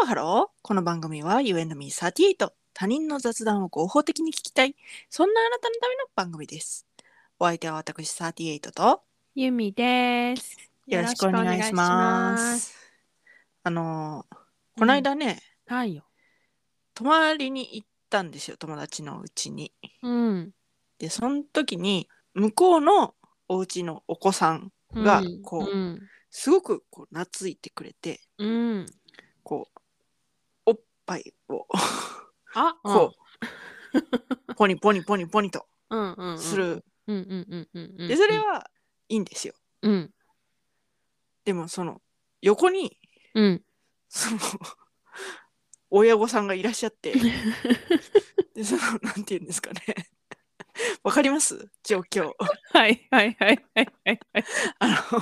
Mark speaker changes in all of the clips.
Speaker 1: ロハロー。この番組は You and me38。他人の雑談を合法的に聞きたい。そんなあなたのための番組です。お相手は私38と
Speaker 2: ゆみです。
Speaker 1: よろしくお願いします。あのー、この間ね、
Speaker 2: はいよ。
Speaker 1: 泊まりに行ったんですよ、友達のうちに。
Speaker 2: うん。
Speaker 1: で、その時に、向こうのお家のお子さん、がこう
Speaker 2: うん。
Speaker 1: すごくこう懐いてくれて、
Speaker 2: うん。
Speaker 1: こう、おっぱいを、
Speaker 2: あ、
Speaker 1: こう、ポニポニポニポニと
Speaker 2: うん。うんうんうん。
Speaker 1: す。る。
Speaker 2: うんうんうんうんうん。
Speaker 1: で、それ。はいいんですよ。
Speaker 2: うん。
Speaker 1: でもその横に
Speaker 2: うん。
Speaker 1: その親御さんがいらっしゃっ てでそのなんて言うんですかね わかります状況
Speaker 2: はいはいはいはいはいはい。
Speaker 1: あの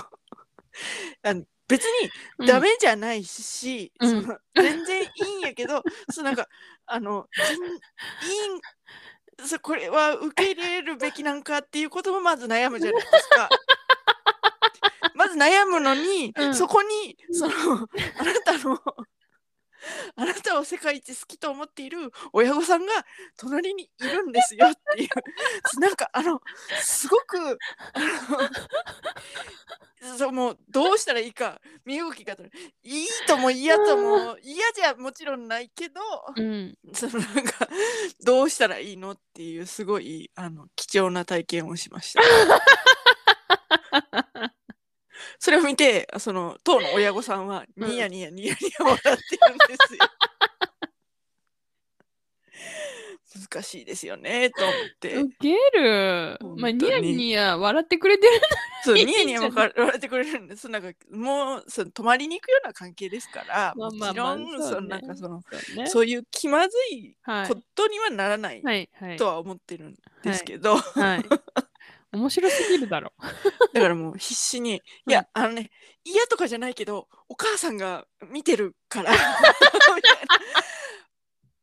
Speaker 1: あの別にダメじゃないし、
Speaker 2: うん
Speaker 1: その全然いいんやけ どそのなんかあの全いいんそこれは受け入れるべきなんかっていうこともまず悩むじゃないですか。まず悩むのに、
Speaker 2: うん
Speaker 1: そこにそのあなたのあなたを世界一好きと思っている親御さんが隣にいるんですよっていうなんかあのすごくあのそうもうどうしたらいいか身動きが取れいいとも嫌とも嫌じゃもちろんないけど
Speaker 2: うん。
Speaker 1: そのなんかどうしたらいいのっていうすごいあの貴重な体験をしました。それを見てその当の親御さんは
Speaker 2: うん
Speaker 1: ニヤニヤニヤニヤ笑ってるんです よ。難しいですよねと思って
Speaker 2: ウケる
Speaker 1: 本。当
Speaker 2: まあ、
Speaker 1: に
Speaker 2: ニヤニヤ笑ってくれてる。
Speaker 1: そう
Speaker 2: いい
Speaker 1: ニ
Speaker 2: じゃ
Speaker 1: ヤ
Speaker 2: ん
Speaker 1: ニヤも か笑ってくれるんですなんかもうその泊まりに行くような関係ですから
Speaker 2: まあ
Speaker 1: も
Speaker 2: まあ
Speaker 1: ち
Speaker 2: ま
Speaker 1: ろ
Speaker 2: あ
Speaker 1: ん
Speaker 2: そう
Speaker 1: その
Speaker 2: ね
Speaker 1: なんかその
Speaker 2: そうね
Speaker 1: そういう気まずい
Speaker 2: はい
Speaker 1: こ。とにはならない
Speaker 2: はいはい
Speaker 1: と。は思ってるんですけ ど、
Speaker 2: はい。面白すぎ るだろ。
Speaker 1: だからもう必死に「いやあのね嫌とかじゃないけどお母さんが見てる から」みたいな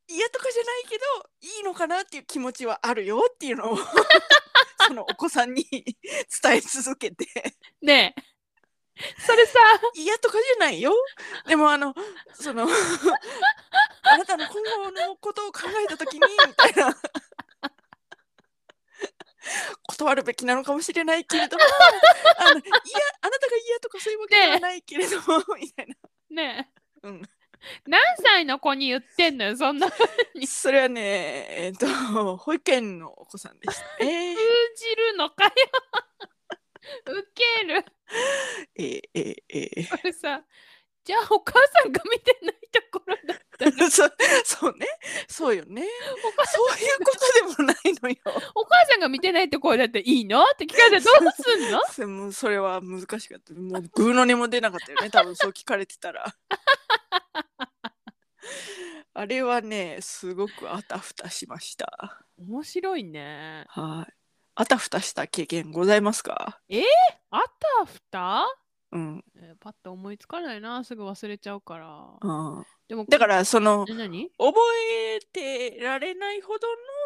Speaker 1: 嫌とかじゃないけどいいのかなっていう気持ちはあるよっていうの をそのお子さんに伝え続けて
Speaker 2: ねえ。それさ、
Speaker 1: 嫌とかじゃないよでもあのそのあなたの今後のことを考えた時にみたいな断るべきなのかもしれないけれどもあのいやあなたが嫌とかそういうわけではないけれども、みたいな
Speaker 2: ねえ。
Speaker 1: うん
Speaker 2: 何歳の子に言ってんのよ、そんな。
Speaker 1: それはねえっと保育園のお子さんでしたね
Speaker 2: 通じるのかよウケる
Speaker 1: えーえーえ ー
Speaker 2: これさじゃあお母さんが見てないところだったら
Speaker 1: そそうねそうよねそういうことでもないのよ
Speaker 2: お母さんが見てないところだったらいいのって聞かれたらどうすんの
Speaker 1: それもうそれは難しかったもうグーの音も出なかったよね多分そう聞かれてたらあれはねすごくあたふたしました
Speaker 2: 面白いね
Speaker 1: はいあたふたした経験ございますか
Speaker 2: あたふた、
Speaker 1: うん、
Speaker 2: えーパッと思いつかないなすぐ忘れちゃうから
Speaker 1: うん、
Speaker 2: でも
Speaker 1: だからその
Speaker 2: え何
Speaker 1: 覚えてられないほ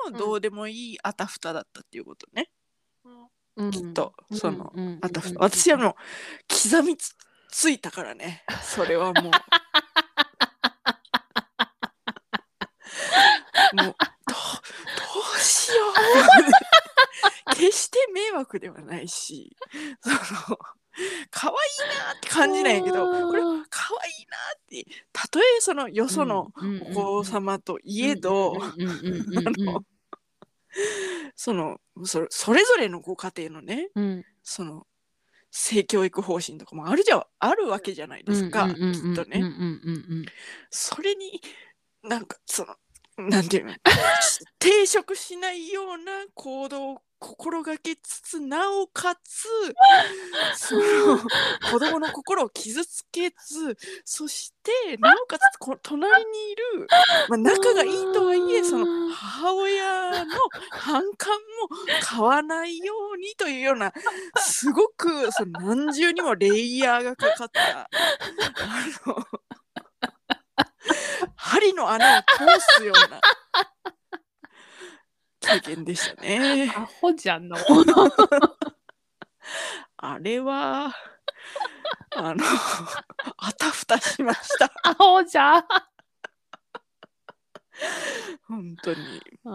Speaker 1: どのどうでもいいあたふただったっていうことね、
Speaker 2: うん
Speaker 1: きっとその
Speaker 2: うんうんうんうん
Speaker 1: あたふた私はもう刻みつついたからねそれ はもうもうどうどうしよう決して迷惑ではないしその可愛いなって感じないけどこれ
Speaker 2: あ
Speaker 1: 可
Speaker 2: ー
Speaker 1: 愛いなってたとえそのよその
Speaker 2: うんうんうんうん
Speaker 1: お子様といえど、
Speaker 2: うんうんうん
Speaker 1: あ
Speaker 2: うんうん
Speaker 1: のそのそれそれぞれのご家庭のね
Speaker 2: うん
Speaker 1: その性教育方針とかもあるじゃあるわけじゃないですか、
Speaker 2: うんうんうんうん
Speaker 1: きっと
Speaker 2: うん
Speaker 1: ね。
Speaker 2: うんうんうん
Speaker 1: それになんかそのなんていう の抵触しないような行動を心がけつつなおかつ その子供の心を傷つけずそしてなおかつこ隣にいる、まあ、仲がいいとはいえその母親の反感も買わないようにというようなすごくその何重にもレイヤーがかかったあの針の穴を通すような経験でしたね。
Speaker 2: アホじゃんの
Speaker 1: あれはあのあたふたしました。
Speaker 2: アホじゃん
Speaker 1: 本当に、
Speaker 2: あ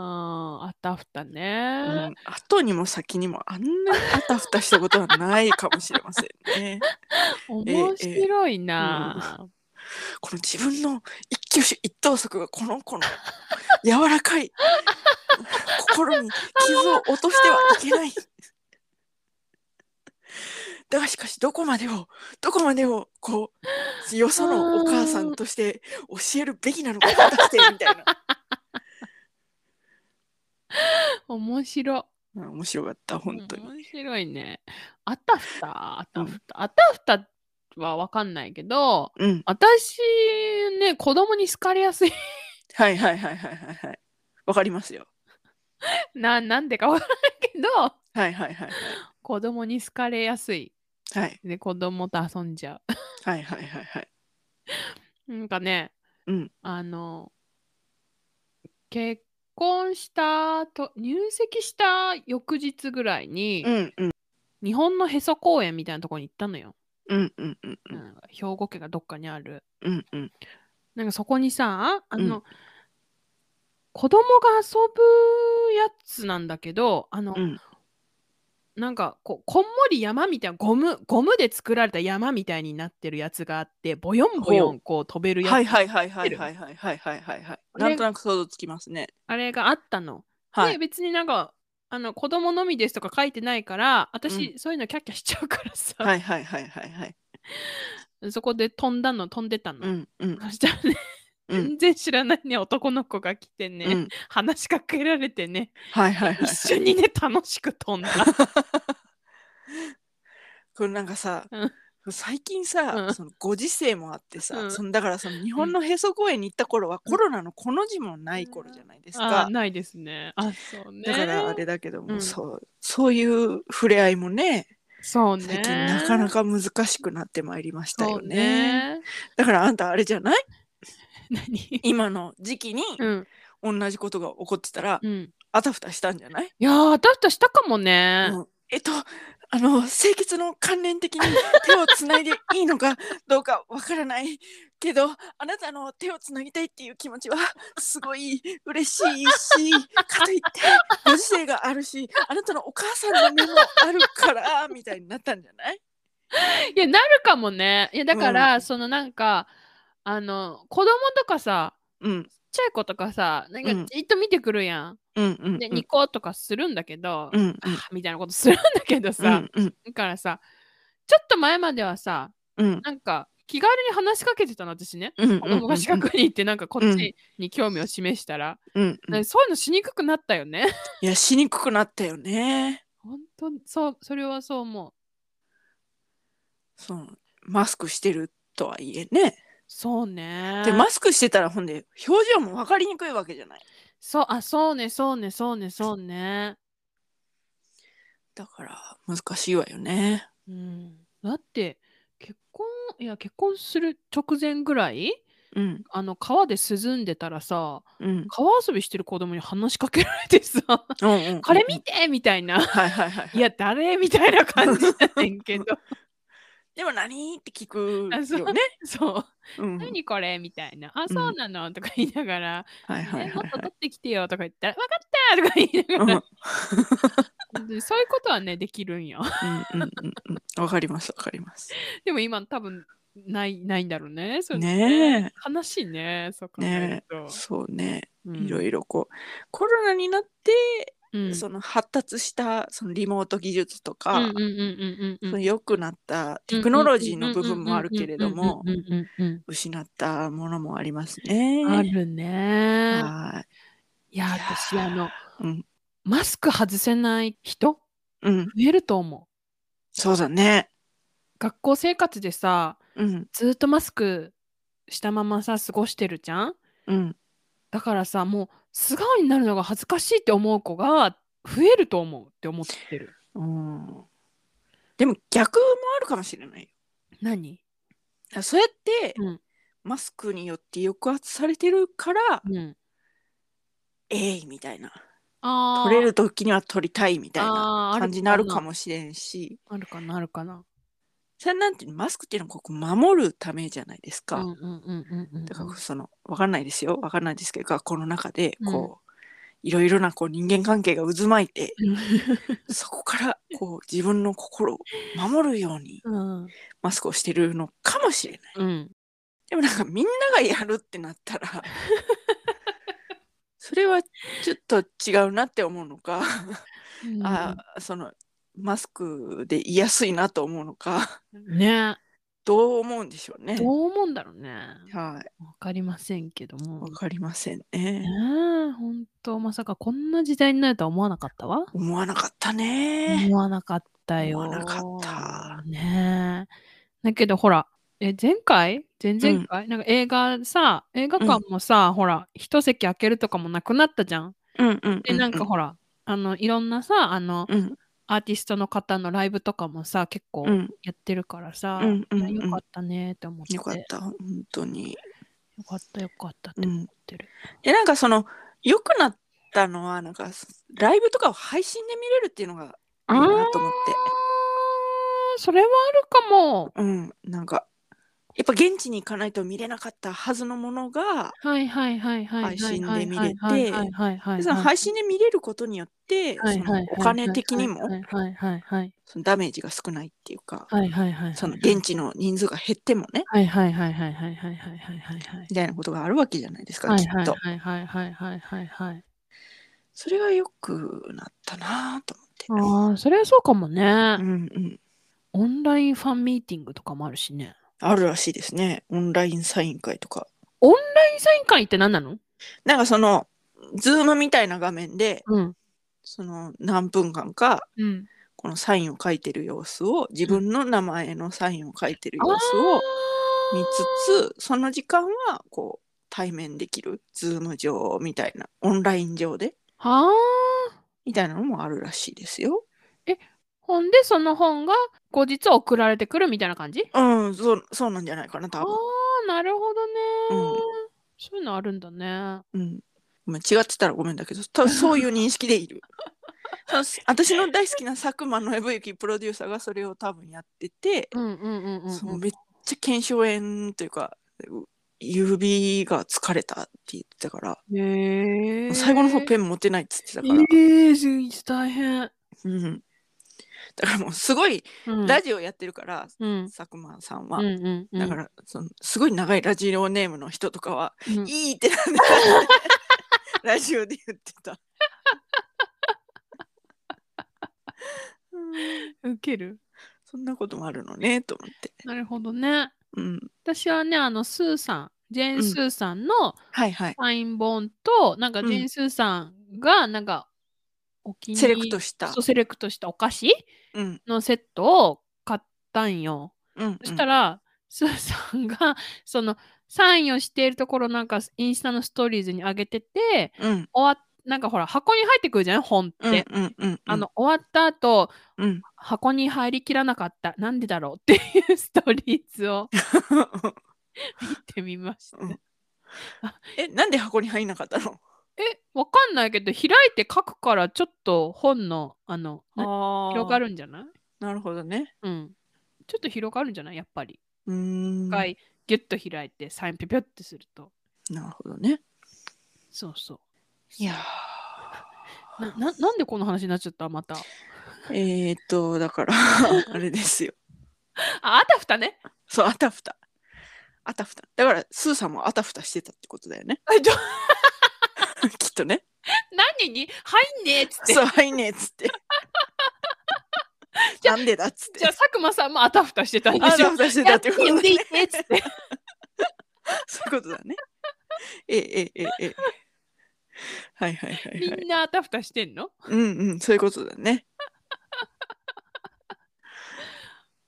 Speaker 2: ーあたふた
Speaker 1: う
Speaker 2: ね、
Speaker 1: ん、後にも先にもあんなにあたふたしたことはないかもしれませんね
Speaker 2: 面白いな、
Speaker 1: この自分の一挙手一投足がこの子の柔らかい心に傷を落としてはいけないだがしかしどこまでをどこまでをこうよそのお母さんとして教えるべきなのか果たしてみたいな
Speaker 2: 面白い
Speaker 1: うん面白かった本当に、
Speaker 2: 面白いねあたふたあたふた、あたふたはわかんないけど
Speaker 1: うん、
Speaker 2: 私ね子供に好かれやすい
Speaker 1: はいはいはいはいはいはいわかりますよ
Speaker 2: ななんでかわからないけど
Speaker 1: はいはいはい
Speaker 2: 子供に好かれやすい
Speaker 1: はいはい
Speaker 2: で子供と遊んじゃ
Speaker 1: はいはいはいはいう
Speaker 2: なんかね、
Speaker 1: うん
Speaker 2: あの結婚したと入籍した翌日ぐらいに、
Speaker 1: うんうん
Speaker 2: 日本のへそ公園みたいなところに行ったのよ、
Speaker 1: うんうんうんうん
Speaker 2: なんか兵庫県がどっかにある
Speaker 1: うんうん
Speaker 2: なんかそこにさあの、
Speaker 1: う
Speaker 2: 子供が遊ぶやつなんだけどあの、
Speaker 1: うん
Speaker 2: なんかこうこんもり山みたいなゴムゴムで作られた山みたいになってるやつがあってボヨンボヨンこう飛べるやつ、
Speaker 1: はいはいはいはいはいはいはいはいはいはい。なんとなく想像つきますね。
Speaker 2: あれがあったの。
Speaker 1: は
Speaker 2: で
Speaker 1: い。
Speaker 2: 別になんかあの子供のみですとか書いてないから私、そういうのキャッキャしちゃうからさ、
Speaker 1: はいはいはいはいはい。
Speaker 2: そこで飛んだの飛んでたの。
Speaker 1: うんうん
Speaker 2: そしたらね、
Speaker 1: うん
Speaker 2: 全然知らないね男の子が来てね、
Speaker 1: うん。
Speaker 2: 話しかけられ てね
Speaker 1: はいはいはい。
Speaker 2: 一緒にね楽しく飛 んだ。
Speaker 1: これなんかさ
Speaker 2: うん、
Speaker 1: 最近さ、
Speaker 2: うん
Speaker 1: そのご時世もあって
Speaker 2: う
Speaker 1: さ、
Speaker 2: ん
Speaker 1: そのだからその日本のへそ公園に行った頃はコロナのこの字もない頃じゃないです
Speaker 2: あ
Speaker 1: か。
Speaker 2: ないですね。あそうね。
Speaker 1: だからあれだけど
Speaker 2: う
Speaker 1: も、
Speaker 2: ん
Speaker 1: そう、そういう触れ合いもね、
Speaker 2: そうね。
Speaker 1: 最近なかなか難しくなってまいりました
Speaker 2: そ
Speaker 1: よ
Speaker 2: う
Speaker 1: ね。
Speaker 2: ね。
Speaker 1: だからあんたあれじゃない
Speaker 2: 何
Speaker 1: 今の時期に
Speaker 2: うん
Speaker 1: 同じことが起こってたら、
Speaker 2: うん。
Speaker 1: あたふたしたんじゃない
Speaker 2: いやー私としたかもね。
Speaker 1: うんえっとあの清潔の関連的に手をつないでいいのかどうかわからないけどあなたの手をつなぎたいっていう気持ちはすごい嬉しいしかといってご時世があるしあなたのお母さんの目もあるからみたいになったんじゃない
Speaker 2: いやなるかもね。いやだから、そのなんかあの子供とかさ
Speaker 1: うん
Speaker 2: ちっちゃい子とかさなん
Speaker 1: うん
Speaker 2: かじっと見てくるやん。
Speaker 1: うんうん
Speaker 2: でニコとかするんだけど、
Speaker 1: うんうん
Speaker 2: あーみたいなことするんだけど
Speaker 1: う
Speaker 2: さ、
Speaker 1: んうん
Speaker 2: だからさちょっと前まではさ
Speaker 1: うん
Speaker 2: なんか気軽に話しかけてたの私ね。
Speaker 1: うん
Speaker 2: 子供が近くに行ってなんかこっちに興味を示したら、
Speaker 1: うんうん
Speaker 2: ねそういうのしにくくなったよね。
Speaker 1: いやしにくくなったよね
Speaker 2: 本当そうそれはそう思う。
Speaker 1: そのマスクしてるとはいえね
Speaker 2: そうね。
Speaker 1: でマスクしてたらほんで表情も分かりにくいわけじゃない
Speaker 2: そうあそうねそうねそうねそうね。
Speaker 1: だから難しいわよね
Speaker 2: うん、だって結婚いや結婚する直前ぐらい
Speaker 1: うん
Speaker 2: あの川で涼んでたらさ
Speaker 1: うん
Speaker 2: 川遊びしてる子供に話しかけられてさ「
Speaker 1: うんうんうん
Speaker 2: これ見て!」みたいな
Speaker 1: はいはいはい
Speaker 2: 「いや誰?」みたいな感じやねんけど
Speaker 1: でも何って聞く
Speaker 2: あそう
Speaker 1: よね
Speaker 2: そう
Speaker 1: うん
Speaker 2: 「
Speaker 1: はい
Speaker 2: 何これ?」みたいな「あそうなの?」とか言いながら
Speaker 1: はいはい
Speaker 2: ねもっと
Speaker 1: は
Speaker 2: 取
Speaker 1: い
Speaker 2: ってきてよとか言ったら、分かったとか言いな
Speaker 1: うんう
Speaker 2: が
Speaker 1: ん
Speaker 2: ら、でそういうことはね、できるんよ。
Speaker 1: うんうんうんわかりますわかります
Speaker 2: でも今多分ない、ないんだろうね。そういうの
Speaker 1: ね
Speaker 2: 悲しいね、そう考え
Speaker 1: ね
Speaker 2: ると。
Speaker 1: そうね
Speaker 2: うん
Speaker 1: いろいろこうコロナになって
Speaker 2: うん
Speaker 1: その発達したそのリモート技術と
Speaker 2: うんう
Speaker 1: か
Speaker 2: んうんうん
Speaker 1: そ
Speaker 2: うん
Speaker 1: の
Speaker 2: うん
Speaker 1: 良くなったテクノロジーの部分もあるけれども
Speaker 2: うんうんうんうんうん
Speaker 1: 失ったものもありますね
Speaker 2: うんあるね。
Speaker 1: はい
Speaker 2: や、
Speaker 1: いや
Speaker 2: 私、あの、
Speaker 1: いうん
Speaker 2: マスク外せない人、
Speaker 1: うん
Speaker 2: 増えると思う。
Speaker 1: そうだね
Speaker 2: 学校生活でさ、
Speaker 1: うん
Speaker 2: ずっとマスクしたままさ、過ごしてるじゃん
Speaker 1: うん
Speaker 2: だからさもう素顔になるのが恥ずかしいって思う子が増えると思うって思ってる。
Speaker 1: うんでも逆もあるかもしれないよ
Speaker 2: 何
Speaker 1: あそうやって
Speaker 2: うん
Speaker 1: マスクによって抑圧されてるから、
Speaker 2: うん。
Speaker 1: えいみたいな
Speaker 2: ああ。
Speaker 1: 取れる時には取りたいみたいな
Speaker 2: あーある
Speaker 1: 感じになるかもしれんし
Speaker 2: あるかなあるかな。
Speaker 1: それなんてマスクっていうのはここ守るためじゃないですか。
Speaker 2: うんうんうんうんうんうん
Speaker 1: だからそのわかんないですよわかんないですけど学校の中でこう、いろいろなこう人間関係が渦巻いてそこからこう自分の心を守るように
Speaker 2: うん
Speaker 1: マスクをしてるのかもしれない。
Speaker 2: うん
Speaker 1: でもなんかみんながやるってなったら それはちょっと違うなって思うのか、あそのマスクで言いやすいなと思うのか
Speaker 2: ね
Speaker 1: どう思うんでしょうね。
Speaker 2: どう思うんだろうね
Speaker 1: はい、
Speaker 2: わかりませんけども
Speaker 1: わかりません
Speaker 2: ね
Speaker 1: ね。
Speaker 2: えほんとまさかこんな時代になるとは思わなかったわ
Speaker 1: 思わなかったね。
Speaker 2: 思わなかったよ
Speaker 1: 思わなかった
Speaker 2: ねえだけどほらえ前回前々回、なんか映画さ映画館もさ、ほら一席空けるとかもなくなったじゃん
Speaker 1: うんうんうんうん
Speaker 2: でなんかほらあのいろんなさあの
Speaker 1: うん
Speaker 2: アーティストの方のライブとかもさ結構
Speaker 1: うん
Speaker 2: やってるからさ、
Speaker 1: うんうんうん
Speaker 2: いやよかったねって思って
Speaker 1: よかった本当に。
Speaker 2: よかったよかったっ
Speaker 1: う
Speaker 2: て思っ
Speaker 1: ん、
Speaker 2: てる、
Speaker 1: でなんかその良くなったのはなんかライブとかを配信で見れるっていうのがいい
Speaker 2: あ
Speaker 1: な
Speaker 2: ー
Speaker 1: と思って。
Speaker 2: それはあるかも
Speaker 1: うん、なんかやっぱ現地に行かないと見れなかったはずのものが、
Speaker 2: はいはいはいはいは
Speaker 1: 配
Speaker 2: いはいはい
Speaker 1: 信で見れて
Speaker 2: はいはいはいはい
Speaker 1: その配信で見れることによって、
Speaker 2: はいはいはい
Speaker 1: そのお金的に
Speaker 2: は
Speaker 1: も
Speaker 2: いはいはいはい
Speaker 1: そのダメージが少ないっていうか、
Speaker 2: はいはいはい
Speaker 1: その現地の人数が減ってもね
Speaker 2: はいはいはいはいはいはいはいはいはいはい
Speaker 1: みたいなことがあるわけじゃないですか、
Speaker 2: はい
Speaker 1: きっと、
Speaker 2: はいはいはいはいはいはい
Speaker 1: それがよくなったなぁと思っ
Speaker 2: ああそれはそうかもね
Speaker 1: て、うんうん、
Speaker 2: オンラインファンミーティングとかもあるしね
Speaker 1: あるらしいですねオンラインサイン会とか
Speaker 2: オンラインサイン会って何なの
Speaker 1: なんかそのズームみたいな画面で
Speaker 2: うん
Speaker 1: その何分間か
Speaker 2: うん
Speaker 1: このサインを書いてる様子を自分の名前のサインを書いてる様子を見つつその時間はこう対面できるズーム上みたいなオンライン上で
Speaker 2: はあ
Speaker 1: みたいなのもあるらしいですよ。
Speaker 2: ほんでその本が後日送られてくるみたいな感じ
Speaker 1: うんそうそうなんじゃないかな多
Speaker 2: あ
Speaker 1: 分。
Speaker 2: あなるほどね、
Speaker 1: うん
Speaker 2: そういうのあるんだね
Speaker 1: うんごめん違ってたらごめんだけど多分そういう認識でいるその私の大好きな佐久間信行プロデューサーがそれを多分やってて、
Speaker 2: うんうんうんうん
Speaker 1: そうめっちゃ腱鞘炎というかう指が疲れたって言ってたから
Speaker 2: へえ
Speaker 1: 最後の方ペ
Speaker 2: ン
Speaker 1: ン持てないっつってた
Speaker 2: だ
Speaker 1: から、
Speaker 2: えーすい大変、
Speaker 1: うん、だからもうすごい
Speaker 2: うん
Speaker 1: ラジオやってるから、
Speaker 2: うん
Speaker 1: 佐久間さんは、
Speaker 2: うんうんうん、、
Speaker 1: だかららそのすごい長いラジオネームの人とかは「
Speaker 2: うん、
Speaker 1: いい」ってなんで ラジオで言ってた。うん
Speaker 2: 受ける
Speaker 1: そんなこともあるのねと思って。
Speaker 2: なるほどね
Speaker 1: うん、
Speaker 2: 私はねあのスーさんジェ
Speaker 1: う
Speaker 2: ーン・
Speaker 1: ん
Speaker 2: スーさんの
Speaker 1: はいはい。
Speaker 2: サイン本と、なんか
Speaker 1: う
Speaker 2: ジ
Speaker 1: ん
Speaker 2: ェーン・スーさんがなんかお気に
Speaker 1: セレク
Speaker 2: し
Speaker 1: トした。
Speaker 2: そうセレクトしたお菓子
Speaker 1: うん
Speaker 2: のセットを買ったんよ、
Speaker 1: うん、
Speaker 2: そしたら、スーさんが、 その、サインをしているところなんか、インスタのストーリーズに上げてて、
Speaker 1: うん、
Speaker 2: 終わっなんかほら、箱に入ってくるじゃん、本って。
Speaker 1: うんうんうんうん、
Speaker 2: あの、終わった後、
Speaker 1: うん
Speaker 2: 箱に入りきらなかった。なんでだろうっていうストーリーズを見てみま した。
Speaker 1: うんえなんで箱に入んなかったの
Speaker 2: え、わかんないけど、開いて書くから、ちょっと本の、あの、な広が
Speaker 1: る
Speaker 2: るんじゃない
Speaker 1: なるほどね。
Speaker 2: うん。ちょっと広がるんじゃないやっぱり。
Speaker 1: うーんな
Speaker 2: 一
Speaker 1: る
Speaker 2: 回、ギュッと開いて、サインピョピョってすると。
Speaker 1: ほどね。
Speaker 2: そうそう。
Speaker 1: いや
Speaker 2: なななんでこの話になっちゃったまた。
Speaker 1: ーえー、っとだ からあれですよ。
Speaker 2: ああたふたね。
Speaker 1: そうあたふた。あたふた。だからスーさんもあたふたしてたってことだ よね。 きっとね。
Speaker 2: 何に入んねえっつって。
Speaker 1: そうはいねっつって。
Speaker 2: じゃ
Speaker 1: なんでだっつって。
Speaker 2: じゃあ佐久間さんもあたふたしてたんで
Speaker 1: あ
Speaker 2: しょ
Speaker 1: た。ふたして
Speaker 2: や
Speaker 1: た
Speaker 2: っ
Speaker 1: ってこ
Speaker 2: て
Speaker 1: と
Speaker 2: 言
Speaker 1: だ
Speaker 2: っ
Speaker 1: ね。
Speaker 2: てっつって。
Speaker 1: そういうことだね。ええええええ。はいはいはいはい。
Speaker 2: みんなあたふたしてんの
Speaker 1: うんうんそういうことだね。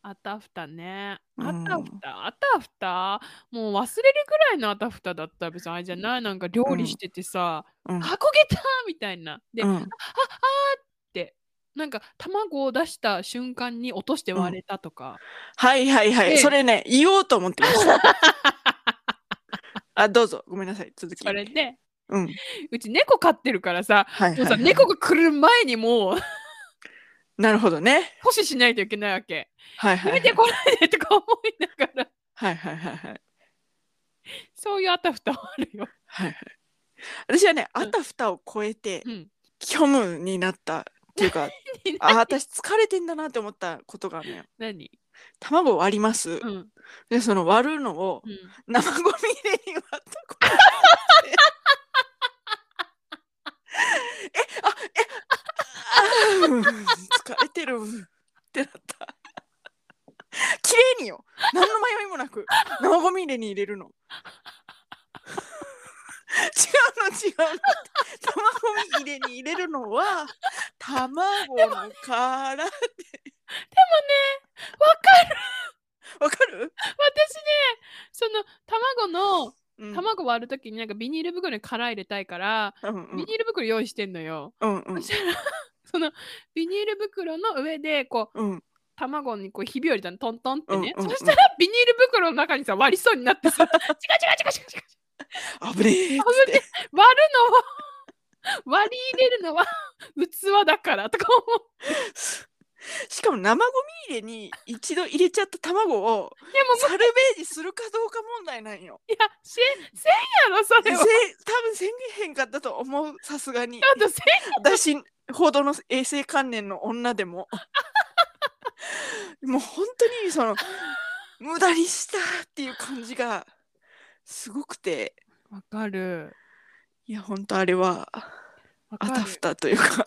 Speaker 2: あたふたね。
Speaker 1: うん
Speaker 2: あたふた、あたふた。もう忘れるぐらいのあたふただったら別にあれじゃないなんか料理しててさ、
Speaker 1: うん。
Speaker 2: あこげたみたいな。で、
Speaker 1: う
Speaker 2: ああっ
Speaker 1: ん、
Speaker 2: て。なんか卵を出した瞬間に落として割れたとか、
Speaker 1: はいはいは
Speaker 2: で
Speaker 1: い。それね言おうと思ってました。 あどうぞごめんなさい続き。
Speaker 2: それで
Speaker 1: うん。
Speaker 2: うち猫飼ってるからさ
Speaker 1: はいはい、
Speaker 2: もう
Speaker 1: は
Speaker 2: さ
Speaker 1: い。
Speaker 2: 猫が来る前にもう
Speaker 1: なるほどね。
Speaker 2: 阻止しないといけないわけ。
Speaker 1: はいは
Speaker 2: や
Speaker 1: い、
Speaker 2: めてこないでとか思いながら、
Speaker 1: はいはいはいはい。
Speaker 2: そういうあたふたはあるよ。
Speaker 1: はいはい。私はね、
Speaker 2: うん
Speaker 1: あたふたを超えて
Speaker 2: うん。
Speaker 1: 虚無になったっていう か、あー私疲れてんだなって思ったことがあるのよ。
Speaker 2: 何
Speaker 1: 卵割ります
Speaker 2: う。ん。
Speaker 1: で、その割るのを
Speaker 2: うん。
Speaker 1: 生ゴミ入れに割ったことがあって。え、あ、え、あうん、疲れてるうんってなった。綺麗によ。何の迷いもなく生ゴミ入れに入れるの。違うの違うの。卵入れに入れるのは卵の殻で。でもね、わかる。わかる？
Speaker 2: 私ね、その卵の、
Speaker 1: うん
Speaker 2: 卵割るときになんかビニール袋に殻入れたいから、
Speaker 1: うんう
Speaker 2: ビ
Speaker 1: ん
Speaker 2: ニール袋用意してんのよ。
Speaker 1: うんうん
Speaker 2: そしたら、そのビニール袋の上で、こう、
Speaker 1: うん
Speaker 2: 卵にこうひび割りたのトントンってね、
Speaker 1: うんうんうん
Speaker 2: そしたらビニール袋の中にさ割りそうになってさ違う違う違う違う違う
Speaker 1: 危ねえっつって
Speaker 2: 割るのは割り入れるのは器だからとか思う
Speaker 1: しかも生ゴミ入れに一度入れちゃった卵を
Speaker 2: でも
Speaker 1: サルベージするかどうか問題なんよ。
Speaker 2: いやせせんやろそ
Speaker 1: せ
Speaker 2: れ
Speaker 1: 多
Speaker 2: は
Speaker 1: 分宣言へんかったと思うさすがに
Speaker 2: あとせ
Speaker 1: 私ほどの衛生観念の女で ももう本当にその無駄にしたっていう感じがすごくて
Speaker 2: んわかる
Speaker 1: いや本当あれは
Speaker 2: わか
Speaker 1: あ
Speaker 2: る
Speaker 1: たふたというか。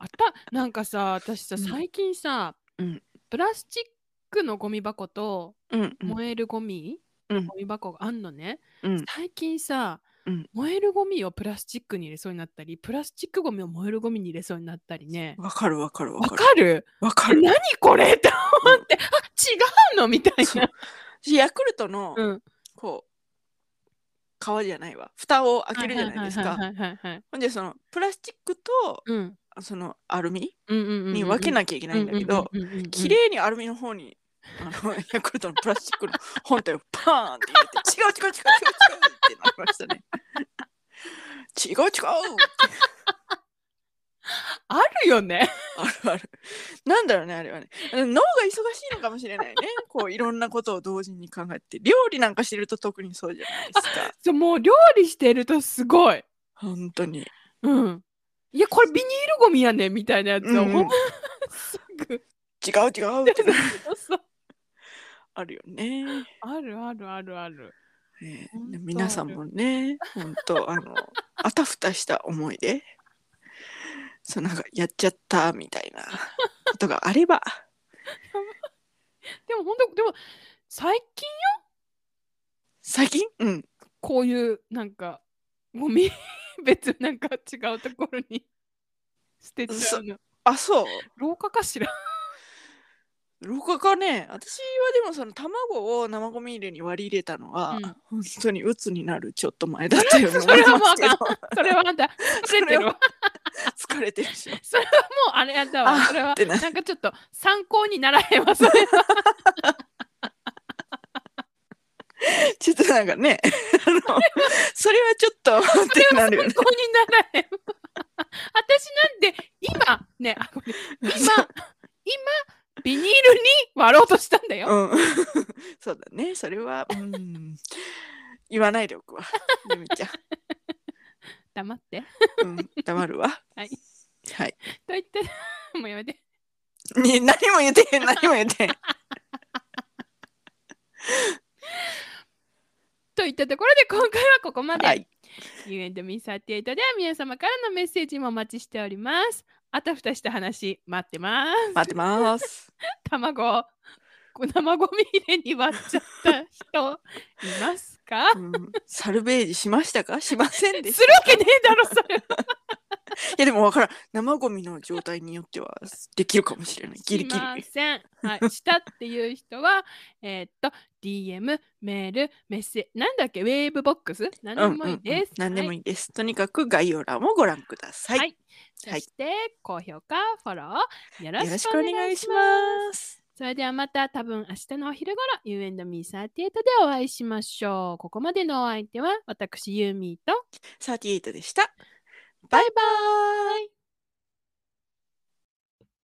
Speaker 2: あたなんかさ私さ
Speaker 1: うん
Speaker 2: 最近さ、
Speaker 1: うん
Speaker 2: プラスチックのゴミ箱と
Speaker 1: うんうん
Speaker 2: 燃えるゴミ、
Speaker 1: うん
Speaker 2: ゴミ箱があんのね、
Speaker 1: うん
Speaker 2: 最近さ、
Speaker 1: うん
Speaker 2: 燃えるゴミをプラスチックに入れそうになったりプラスチックゴミを燃えるゴミに入れそうになったりね
Speaker 1: わかるわかるわ
Speaker 2: わ
Speaker 1: かる
Speaker 2: かる
Speaker 1: わか る
Speaker 2: 何これって思って、あ違うのみたい
Speaker 1: そう
Speaker 2: な。
Speaker 1: ヤクルトの、
Speaker 2: うん
Speaker 1: こう皮じゃないわ蓋を開けるじゃないですか
Speaker 2: は。はいはいはいはい
Speaker 1: ほんでそのプラスチックと
Speaker 2: うん
Speaker 1: そのアルミ
Speaker 2: うんうんうん。
Speaker 1: に分け
Speaker 2: き
Speaker 1: なきゃいけないんだけど、綺麗にアルミの方にあのヤクルトのプラスチックの本体をパーンって入れて「違う違う違う違う違う」ってなりましたね。違う違うって
Speaker 2: あるよね。
Speaker 1: あるある。なんだろうねあれはね。脳が忙しいのかもしれないね。こういろんなことを同時に考えて料理なんかしてると特にそうじゃないですか。
Speaker 2: そうもう料理してるとすごい。
Speaker 1: 本当に。
Speaker 2: うん。いやこれビニールゴミやねみたいなやつを、
Speaker 1: うんうん
Speaker 2: すぐ
Speaker 1: 違う違うってなる
Speaker 2: そうそう
Speaker 1: あるよね。
Speaker 2: あるあるあるある。
Speaker 1: ね
Speaker 2: ほんとある
Speaker 1: 皆さんもね本当あのあたふたした思い出そうなんかやっちゃったみたいなことがあれば
Speaker 2: でも本当でも最近
Speaker 1: 最近うん
Speaker 2: こういうなんかゴミ 別なんか違うところに捨てちゃうの。
Speaker 1: あそう
Speaker 2: 廊下か しら。
Speaker 1: 廊下かね私はでもその卵を生ゴミ入れに割り入れたのは、
Speaker 2: う
Speaker 1: 本
Speaker 2: ん
Speaker 1: 当に鬱になるちょっと前だったよう に
Speaker 2: そ
Speaker 1: 思
Speaker 2: れ
Speaker 1: い
Speaker 2: はもう
Speaker 1: ま
Speaker 2: あ
Speaker 1: すけ
Speaker 2: かん
Speaker 1: ど。
Speaker 2: それはあんた疲れてるわ。
Speaker 1: 疲れてるし
Speaker 2: それはもうあれやだ
Speaker 1: あ
Speaker 2: わ。それ
Speaker 1: っ
Speaker 2: は
Speaker 1: てな
Speaker 2: なんかちょっと参考にならへんわ。そ れは
Speaker 1: ちょっとなんかねあのそれはちょっ とってなるよね
Speaker 2: 参考にならへんわ。私なんて今ねあごめん今今ビニールに割ろうとしたんだよ。
Speaker 1: うん、 そうだねそれは、うん、言わないでお くわゆみちゃ
Speaker 2: 黙って。
Speaker 1: ん、うん、黙るわ
Speaker 2: はい。
Speaker 1: はい
Speaker 2: と言って もうやめて。
Speaker 1: に何も言って へん何も言ってへん
Speaker 2: といったところで今回はここまで。
Speaker 1: はい、
Speaker 2: U&Me38 では皆様からのメッセージもお待ちしております。あたふたした話待ってます。
Speaker 1: 待ってます
Speaker 2: 卵こ生ゴミ入れに割っちゃった人いますか
Speaker 1: うん、サルベージしましたかしませんでし
Speaker 2: するわけねえだろそれは
Speaker 1: たいやでもわからん生ゴミの状態によってはできるかもしれないギリギ
Speaker 2: しま
Speaker 1: リ
Speaker 2: せん、はい、したっていう人はえーっと DM メールメッセなんだっけウェーブボックス何
Speaker 1: うん
Speaker 2: でもいいです、
Speaker 1: うんうん、何でも
Speaker 2: いい、
Speaker 1: いいです、とにかく概要欄をご覧ください、
Speaker 2: はい
Speaker 1: は
Speaker 2: そ
Speaker 1: い
Speaker 2: して高評価フォローよろ
Speaker 1: よろ
Speaker 2: し
Speaker 1: し
Speaker 2: く
Speaker 1: く
Speaker 2: お
Speaker 1: お
Speaker 2: 願
Speaker 1: 願
Speaker 2: い
Speaker 1: い
Speaker 2: し
Speaker 1: し
Speaker 2: ます
Speaker 1: ます
Speaker 2: それではまた多分明日のお昼ごろ U&Me38 でお会いしましょうここまでのお相手は私ユーミーと
Speaker 1: 38でした
Speaker 2: バイバーイ